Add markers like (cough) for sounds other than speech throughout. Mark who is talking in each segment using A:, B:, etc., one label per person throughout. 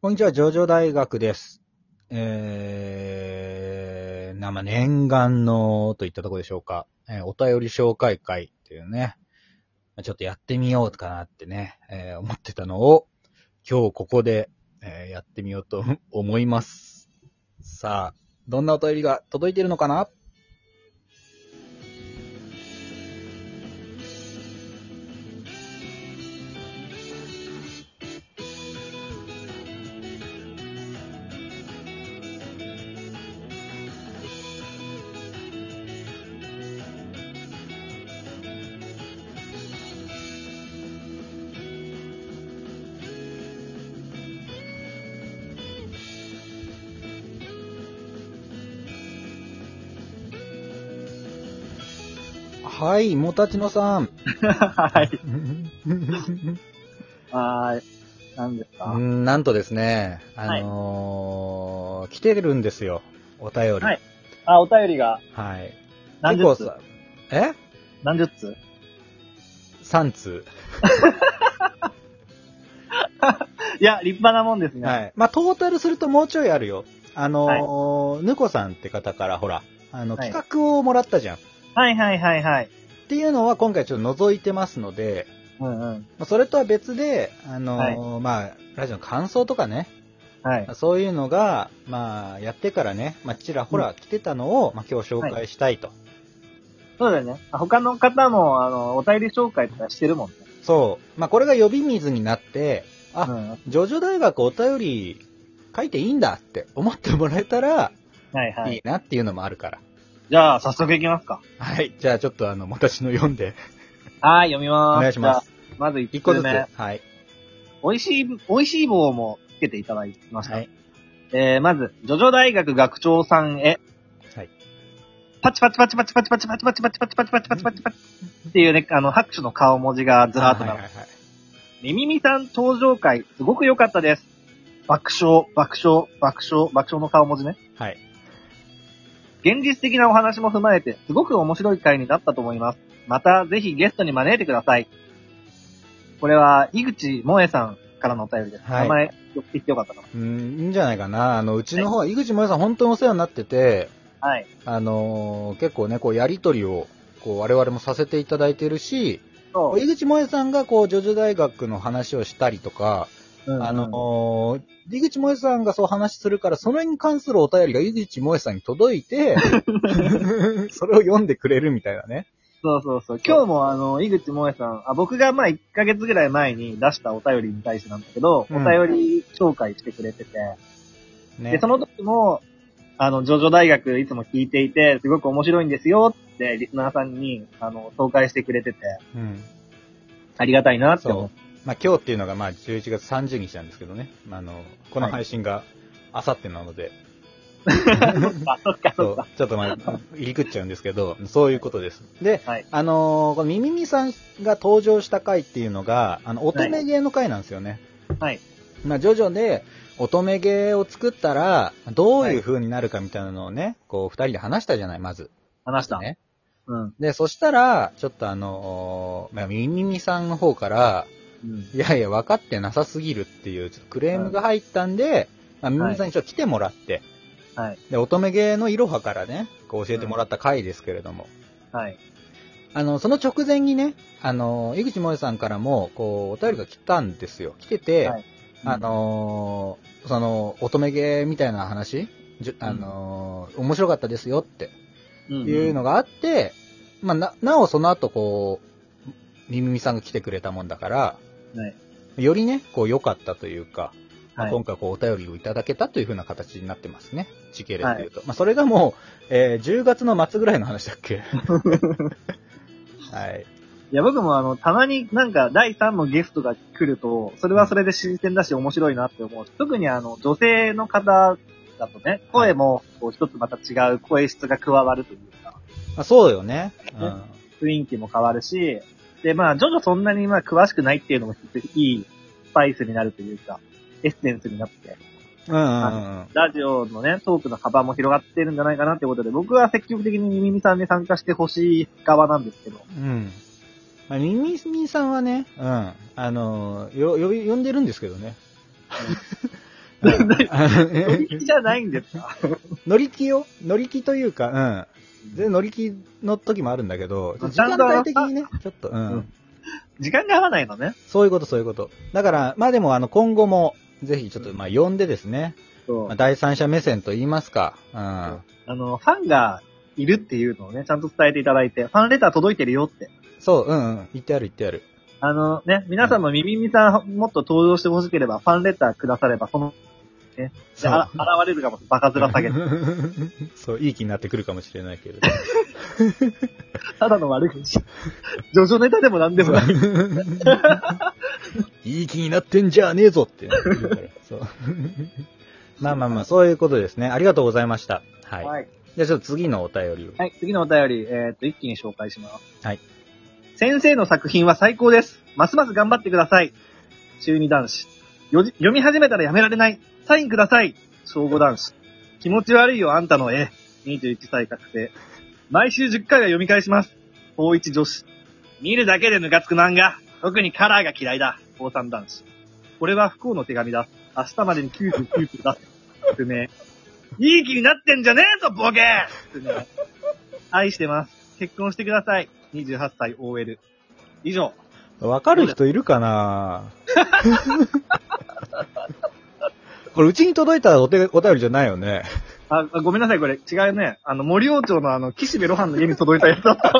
A: こんにちは、上場大学です。えー、生念願のといったところでしょうか。えーお便り紹介会っていうね、まあちょっとやってみようかなってね、えー思ってたのを、今日ここで、えーやってみようと思います。さあ、どんなお便りが届いているのかなはい、もたちのさん。
B: はい。はーい。何ですか、
A: うん (laughs) なんとですね、あのー来てるんですよ、お便り。
B: はいあ、お便りが
A: はい。
B: 何
A: 結構
B: 十通
A: さ、え
B: 何十通
A: ?3 通。
B: いや、立派なもんですね。
A: はい。まあ、トータルするともうちょいあるよ。あのーぬこさんって方からほら、あの、
B: はい
A: 企画をもらったじゃん。
B: はい、はい、はい、はい。
A: っていうのは今回ちょっと覗いてますので、
B: うんうん。
A: まあそれとは別で、あのーまあ、ラジオの感想とかね、
B: はい。
A: そういうのが、まあ、やってからね、まあ、ちらほら来てたのを、まあ、今日紹介したいと。
B: そうだよね。あ他の方も、あの、お便り紹介とかしてるもんね。
A: そう。まあ、これが呼び水になって、あ、
B: うん。はい、
A: ジョジョ大学お便り書いていいんだって思ってもらえたら、
B: はいい。
A: いなっていうのもあるから。
B: じゃあ、早速いきますか。
A: はい。じゃあちょっとあの、私の読んで、
B: はーい、読み
A: お
B: ます。
A: 願いしま
B: じ
A: す
B: ゃ。あ。まず1
A: 一個
B: 個
A: ずつ。
B: 目。
A: はい。
B: 美味しい、美味しい棒もつけていただきました。
A: はい。
B: えー、まず、ジョジョ大学学長さんへ。
A: はい。
B: パチパチパチパチパチパチパチパチパチパチパチパチパチパチパチっていうね、あの、拍手の顔文字がずらーっと並んで
A: はいはいはい
B: みみみさん登場会、すごく良かったです。爆笑、爆笑、爆笑、爆笑の顔文字ね。
A: はい。はい。
B: 現実的なお話も踏まえて、すごく面白い回になったと思います。また、ぜひゲストに招いてください。これは、井口萌さんからのお便りです。
A: はい
B: 名前、言ってきてよかったかな。
A: うん、いいんじゃないかな。あの、うちの方は、井口萌さん本当にお世話になってて、
B: はい。
A: あのー結構ね、こう、やりとりを、こう、我々もさせていただいてるし、
B: そ
A: 井口萌さんが、こう、ジョジョ大学の話をしたりとか、
B: う。うん
A: あのー、井口萌さんがそう話するから、それに関するお便りが井口萌さんに届い
B: (laughs)
A: て、 (laughs) それを読んでくれるみたいなね。
B: そうそうそう。今日もあの、井口萌さん、あ僕がまあ1ヶ月ぐらい前に出したお便りに対してなんだけど、
A: うん
B: お便り紹介してくれてて、で、
A: ね
B: そ。の時も、あの、ジョジョ大学いつも聞いていて、すごく面白いんですよって、リスナーさんに、あの、紹介してくれてて、
A: うん。
B: ありがたいなって
A: そ
B: 思
A: う
B: う。。
A: まあ今日っていうのがまあ11月30日なんですけどね。あの、この配信が明後日なので、
B: あ、そっかそ
A: そ
B: っ
A: う
B: か。
A: ちょっとまあ、入り組っちゃうんですけど、そういうことです。で、
B: はい
A: あのーこのミミミさんが登場した回っていうのが、あの、乙女芸の回なんですよね。
B: はい。
A: まあ、ジョジョで乙女芸を作ったら、どういう風になるかみたいなのをね、こう、二人で話したじゃない、まず。
B: 話した。
A: ね。
B: うん。
A: で、そしたら、ちょっとあのーまあ、ミミミさんの方から、
B: うん。
A: いやいや、分かってなさすぎるっていう、ちょっとクレームが入ったんで、まあ、ミミミさんにちょっと来てもらって、
B: はい。
A: で、乙女芸のいろはからね、こう教えてもらった回ですけれども、
B: はい。
A: あの、その直前にね、あのー、井口萌さんからも、こう、お便りが来たんですよ。来てて、
B: はい
A: あ、のーその、乙女芸みたいな話、じゅあのー面白かったですよって
B: うん
A: いうの
B: が、
A: があって、まあ、な、なおその後こう、みみみさんが来てくれたもんだから、
B: はい
A: よりね、こう良かったというか、まあ
B: はい
A: 今回こうお便りをいただけたというふうな形になってますね。時系列でいうと。まあ、それがもう、えー10月の末ぐらいの話だっ
B: (laughs)
A: けはい。
B: いや、僕もあの、たまになんか第3のゲストが来ると、それはそれで新鮮だし面白いなって思う。特にあの、女性の方だとね、声も、こう、一つまた違う声質が加わるというか、
A: まあ、そうよね。う
B: ね
A: ん。
B: 雰囲気も変わるし、で、まあ、ジョジョそんなにまあ、詳しくないっていうのも、いいスパイスになるというか、エッセンスになって、
A: うんうんうんうん。
B: ラジオのね、トークの幅も広がってるんじゃないかなってことで、僕は積極的にミミミさんに参加してほしい側なんですけど、
A: うん。まあ、ミミミさんはね、うん。あのーよ、呼び、呼んでるんですけどね。
B: (laughs) 乗り気じゃないんですか
A: 乗り気よ乗り気というか、うん。全然乗り気の時もあるんだけど、
B: うん
A: 時間帯的にね、ちょっと、う
B: うんん。時間が合わないのね。
A: そういうこと、そういうこと。だから、まあでも、あの、今後も、ぜひ、ちょっと、まあ、呼んでですね、
B: そう
A: まあ、第三者目線と言いますか、うん。
B: あの、ファンがいるっていうのをね、ちゃんと伝えていただいて、ファンレター届いてるよって。
A: そう、うんうん。言ってやる、言ってやる。
B: あのね、皆さんも耳ミさんもっと登場してほしければ、ファンレターくだされば、その、で
A: そう
B: あら現れるかも、バカ面下げて。
A: (laughs) そう、いい気になってくるかもしれないけれど。
B: ただの悪口。 (laughs) ジョジョネタでもなんでもない。
A: (laughs) いい気になってんじゃねえぞってね言うからそう。まあまあまあ、そういうことですね。ありがとうございました。はい。
B: はい。
A: じゃあちょっと次のお便りを。
B: はい、次のお便り、えーっと、一気に紹介します。
A: はい。
B: 先生の作品は最高です。ますます頑張ってください。中二男子。よじ読み始めたらやめられない。サインください。小五男子。気持ち悪いよ、あんたの絵。21歳確定。毎週10回は読み返します。高1女子。見るだけでムカつく漫画。特にカラーが嫌いだ。高3男子。これは不幸の手紙だ。明日までに99分だ。不明。いい気になってんじゃねえぞ、ボケ不明愛してます。結婚してください。28歳 OL。以上。
A: わかる人いるかなこれ、うちに届いたお手お便りじゃないよね。
B: あ、あごめんなさい、これ。違うね。あの、森王町のあの、岸辺露伴の家に届いたやつ (laughs) だった。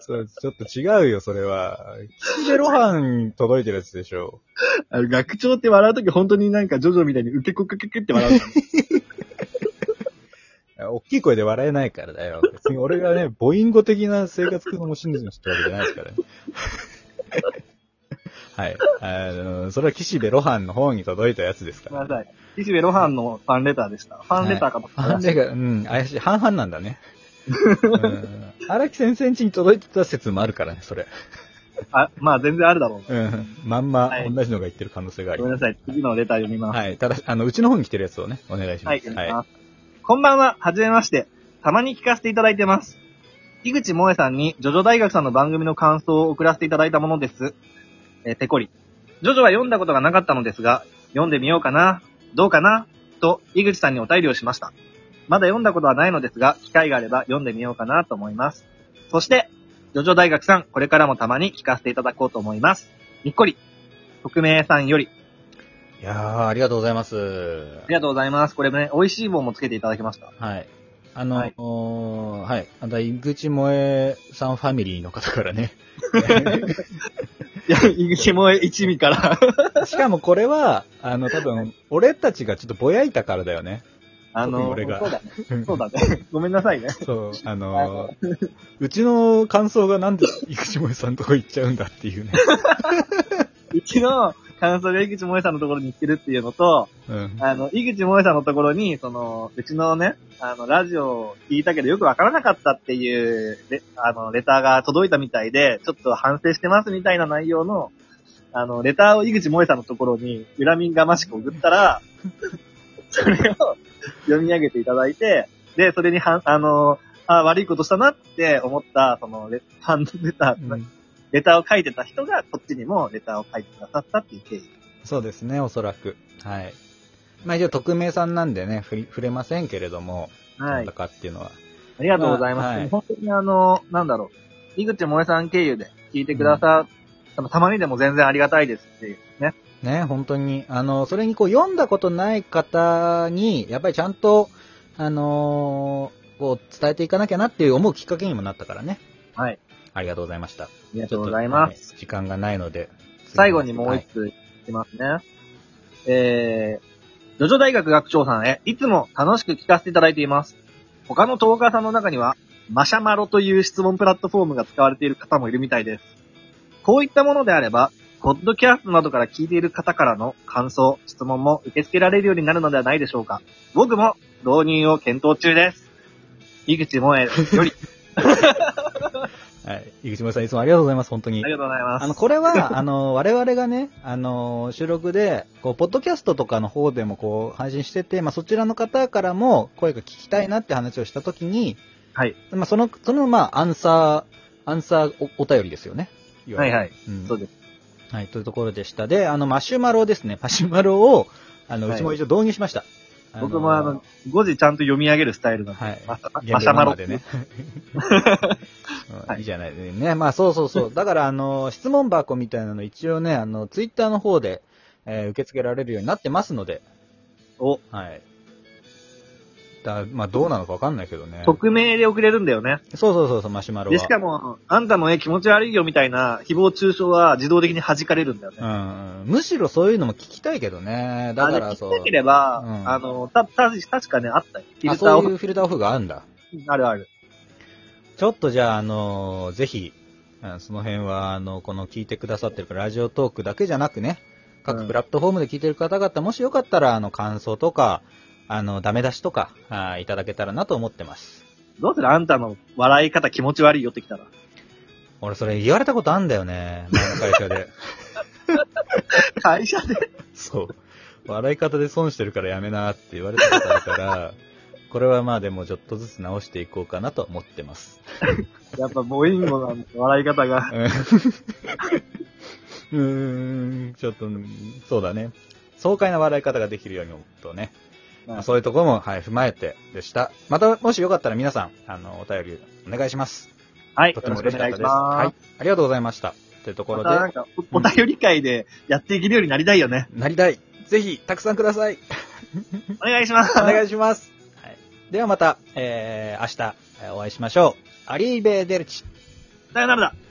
A: そうちょっと違うよ、それは。岸辺露伴に届いてるやつでしょ。
B: あの学長って笑うとき本当になんかジョジョみたいに受けこけけけって笑う。
A: 大きい声で笑えないからだよ。別に俺がね、母音語的な生活の真実の人ってわけじゃないですからね。 (laughs) はい。あの、それは岸辺露伴の方に届いたやつですか
B: ごめ
A: ら、
B: んなさい。岸辺露伴のファンレターでした。ファンレターかも。
A: ファンレが、うん、怪しい。半々なんだね。うん荒木先生ん家に届いてた説もあるからね、それ。
B: あ、まあ全然あるだろうな。
A: うん。まんま
B: はい
A: 同じのが言ってる可能性があり
B: ごめん
A: ます。
B: なさい。次のレター読みます。
A: はい。ただ、あの、うちの方に来てるやつをね、お願いしま
B: はい、
A: す。
B: お願いします。こんばんは、はじめまして。たまに聞かせていただいてます。井口萌さんに、ジョジョ大学さんの番組の感想を送らせていただいたものです。えーペコリ。ジョジョは読んだことがなかったのですが、読んでみようかな、どうかな、と、井口さんにお便りをしました。まだ読んだことはないのですが、機会があれば読んでみようかなと思います。そして、ジョジョ大学さん、これからもたまに聞かせていただこうと思います。にっこり。匿名さんより、
A: いやー、ありがとうございます。
B: ありがとうございます。これね、美味しい棒もつけていただきました。
A: はい。あの、は
B: はいい、
A: はい。あの、井口萌えさんファミリーの方からね。 (laughs)
B: いや、井口萌え一味から。
A: しかもこれは、あの、多分、俺たちがちょっとぼやいたからだよね。
B: あの、
A: 特に俺が
B: そうだね。そうだね。ごめんなさい (laughs) ね。
A: (laughs) そう、あの、うちの感想がなんで井口萌えさんとこ行っちゃうんだっていうね。
B: うちの感想で井口萌えさんのところに行ってるっていうのと、
A: うん。
B: あの、井口萌えさんのところに、その、うちのね、あの、ラジオを聞いたけどよくわからなかったっていう、レあの、レターが届いたみたいで、ちょっと反省してますみたいな内容の、あの、レターを井口萌えさんのところに恨みがましく送ったら、 (laughs) それを読み上げていただいて、で、それにはん、あの、あ悪いことしたなって思った、そのレ、 (laughs) ファンのレター、
A: うん
B: レターを書いてた人が、こっちにもレターを書いてくださったっていう経緯。
A: そうですね、おそらく。はい。まあ一応、匿名さんなんでね、触れ触れませんけれども、
B: は
A: なん
B: い
A: だ。かっていうのは。
B: ありがとうございます。
A: まあはい
B: 本当にあの、なんだろう。井口萌さん経由で聞いてくださった、たまにでも全然ありがたいですっていうね。
A: ね、本当に。あの、それにこう、読んだことない方に、やっぱりちゃんと、あのーこう、伝えていかなきゃなっていう思うきっかけにもなったからね。
B: はい。
A: ありがとうございました。あ
B: ありがとうございます。。
A: 時間がないので。
B: 最後にもう一ついきますね。えー、ジョジョ大学学長さんへ、いつも楽しく聞かせていただいています。他のトーカーさんの中には、マシャマロという質問プラットフォームが使われている方もいるみたいです。こういったものであれば、ポッドキャストなどから聞いている方からの感想、質問も受け付けられるようになるのではないでしょうか。僕も導入を検討中です。井口萌えより、
A: はい。井口萌さん、いつもありがとうございます、本当
B: あ
A: に
B: り。がとうございます。
A: あの、これは、
B: (laughs)
A: あの、我々がね、あの、収録で、こう、ポッドキャストとかの方でもこう、配信してて、まあ、そちらの方からも声が聞きたいなって話をしたときに、
B: はい。
A: まあ、その、その、まあ、アンサー、アンサーおお便りですよね。
B: はいはい。
A: うん
B: そうです。
A: はい、というところでした。で、あの、マシュマロですね。マシュマロを、あの、
B: はいう
A: ちも一応導入しました。
B: 僕もあの、、5時ちゃんと読み上げるスタイルなんで、
A: はい
B: マサ
A: マ
B: マ
A: シ
B: シ
A: ャ
B: ャ
A: マ
B: マ
A: ロ
B: ロ
A: で
B: (laughs)
A: ね。うん
B: は
A: い
B: い
A: いじゃないですね。まあそうそうそう。だからあの、質問箱みたいなの一応ね、あの、ツイッターの方で、えー受け付けられるようになってますので、
B: を、
A: はい。だまあどうなのかわかんないけどね。そう
B: 匿名で送れるんだよね。
A: そうそうそう、マシュマロ
B: で、
A: は。
B: しかも、あんたの絵気持ち悪いよみたいな誹謗中傷は自動的に弾かれるんだよね。
A: うんうん、むしろそういうのも聞きたいけどね。だからそう
B: あ。れ聞きたければ、
A: うん
B: あの、た、た、確かね、あったよ。フィ
A: あ、
B: ルター
A: そ
B: を
A: ういうフィルターオフがあるんだ。
B: あるある。
A: ちょっとじゃあ、あのぜひ、うんその辺は、あの、この聞いてくださってるラジオトークだけじゃなくね、
B: う
A: 各
B: ん
A: プラットフォームで聞いてる方々、もしよかったら、あの、感想とか、あの、ダメ出しとか、あーいただけたらなと思ってます。
B: どうするあんたの笑い方気持ち悪いよってきたら。 (laughs)
A: 俺、それ言われたことあんだよね、前の会社で。
B: 会社で。
A: (laughs) そう。笑い方で損してるからやめなって言われたことある (laughs) から、これはまあでもちょっとずつ直していこうかなと思ってます。
B: やっぱボインゴなんだ、笑い方
A: (laughs)
B: が。
A: うーん、ちょっと、そうだね。爽快な笑い方ができるようにとね。まあそういうところも、はい、踏まえてでした。また、もしよかったら皆さん、あの、お便りお願いします。
B: はい、
A: と
B: よ
A: て
B: ろ
A: も
B: しく
A: 嬉
B: お
A: しかった
B: 願いし
A: です。はい
B: ま。
A: ありがとうございました。というと
B: す。
A: こ
B: ま
A: ろ
B: たなん
A: で、
B: か、おお便り会でやっていけるようになりたいよね。
A: なりたい。ぜひ、たくさんくだ
B: (laughs)
A: さい。
B: お願いします。
A: お願いします。はい、ではまた、えー、明日、えーお会いしましょう。アリーベーデルチ。
B: さよならだ。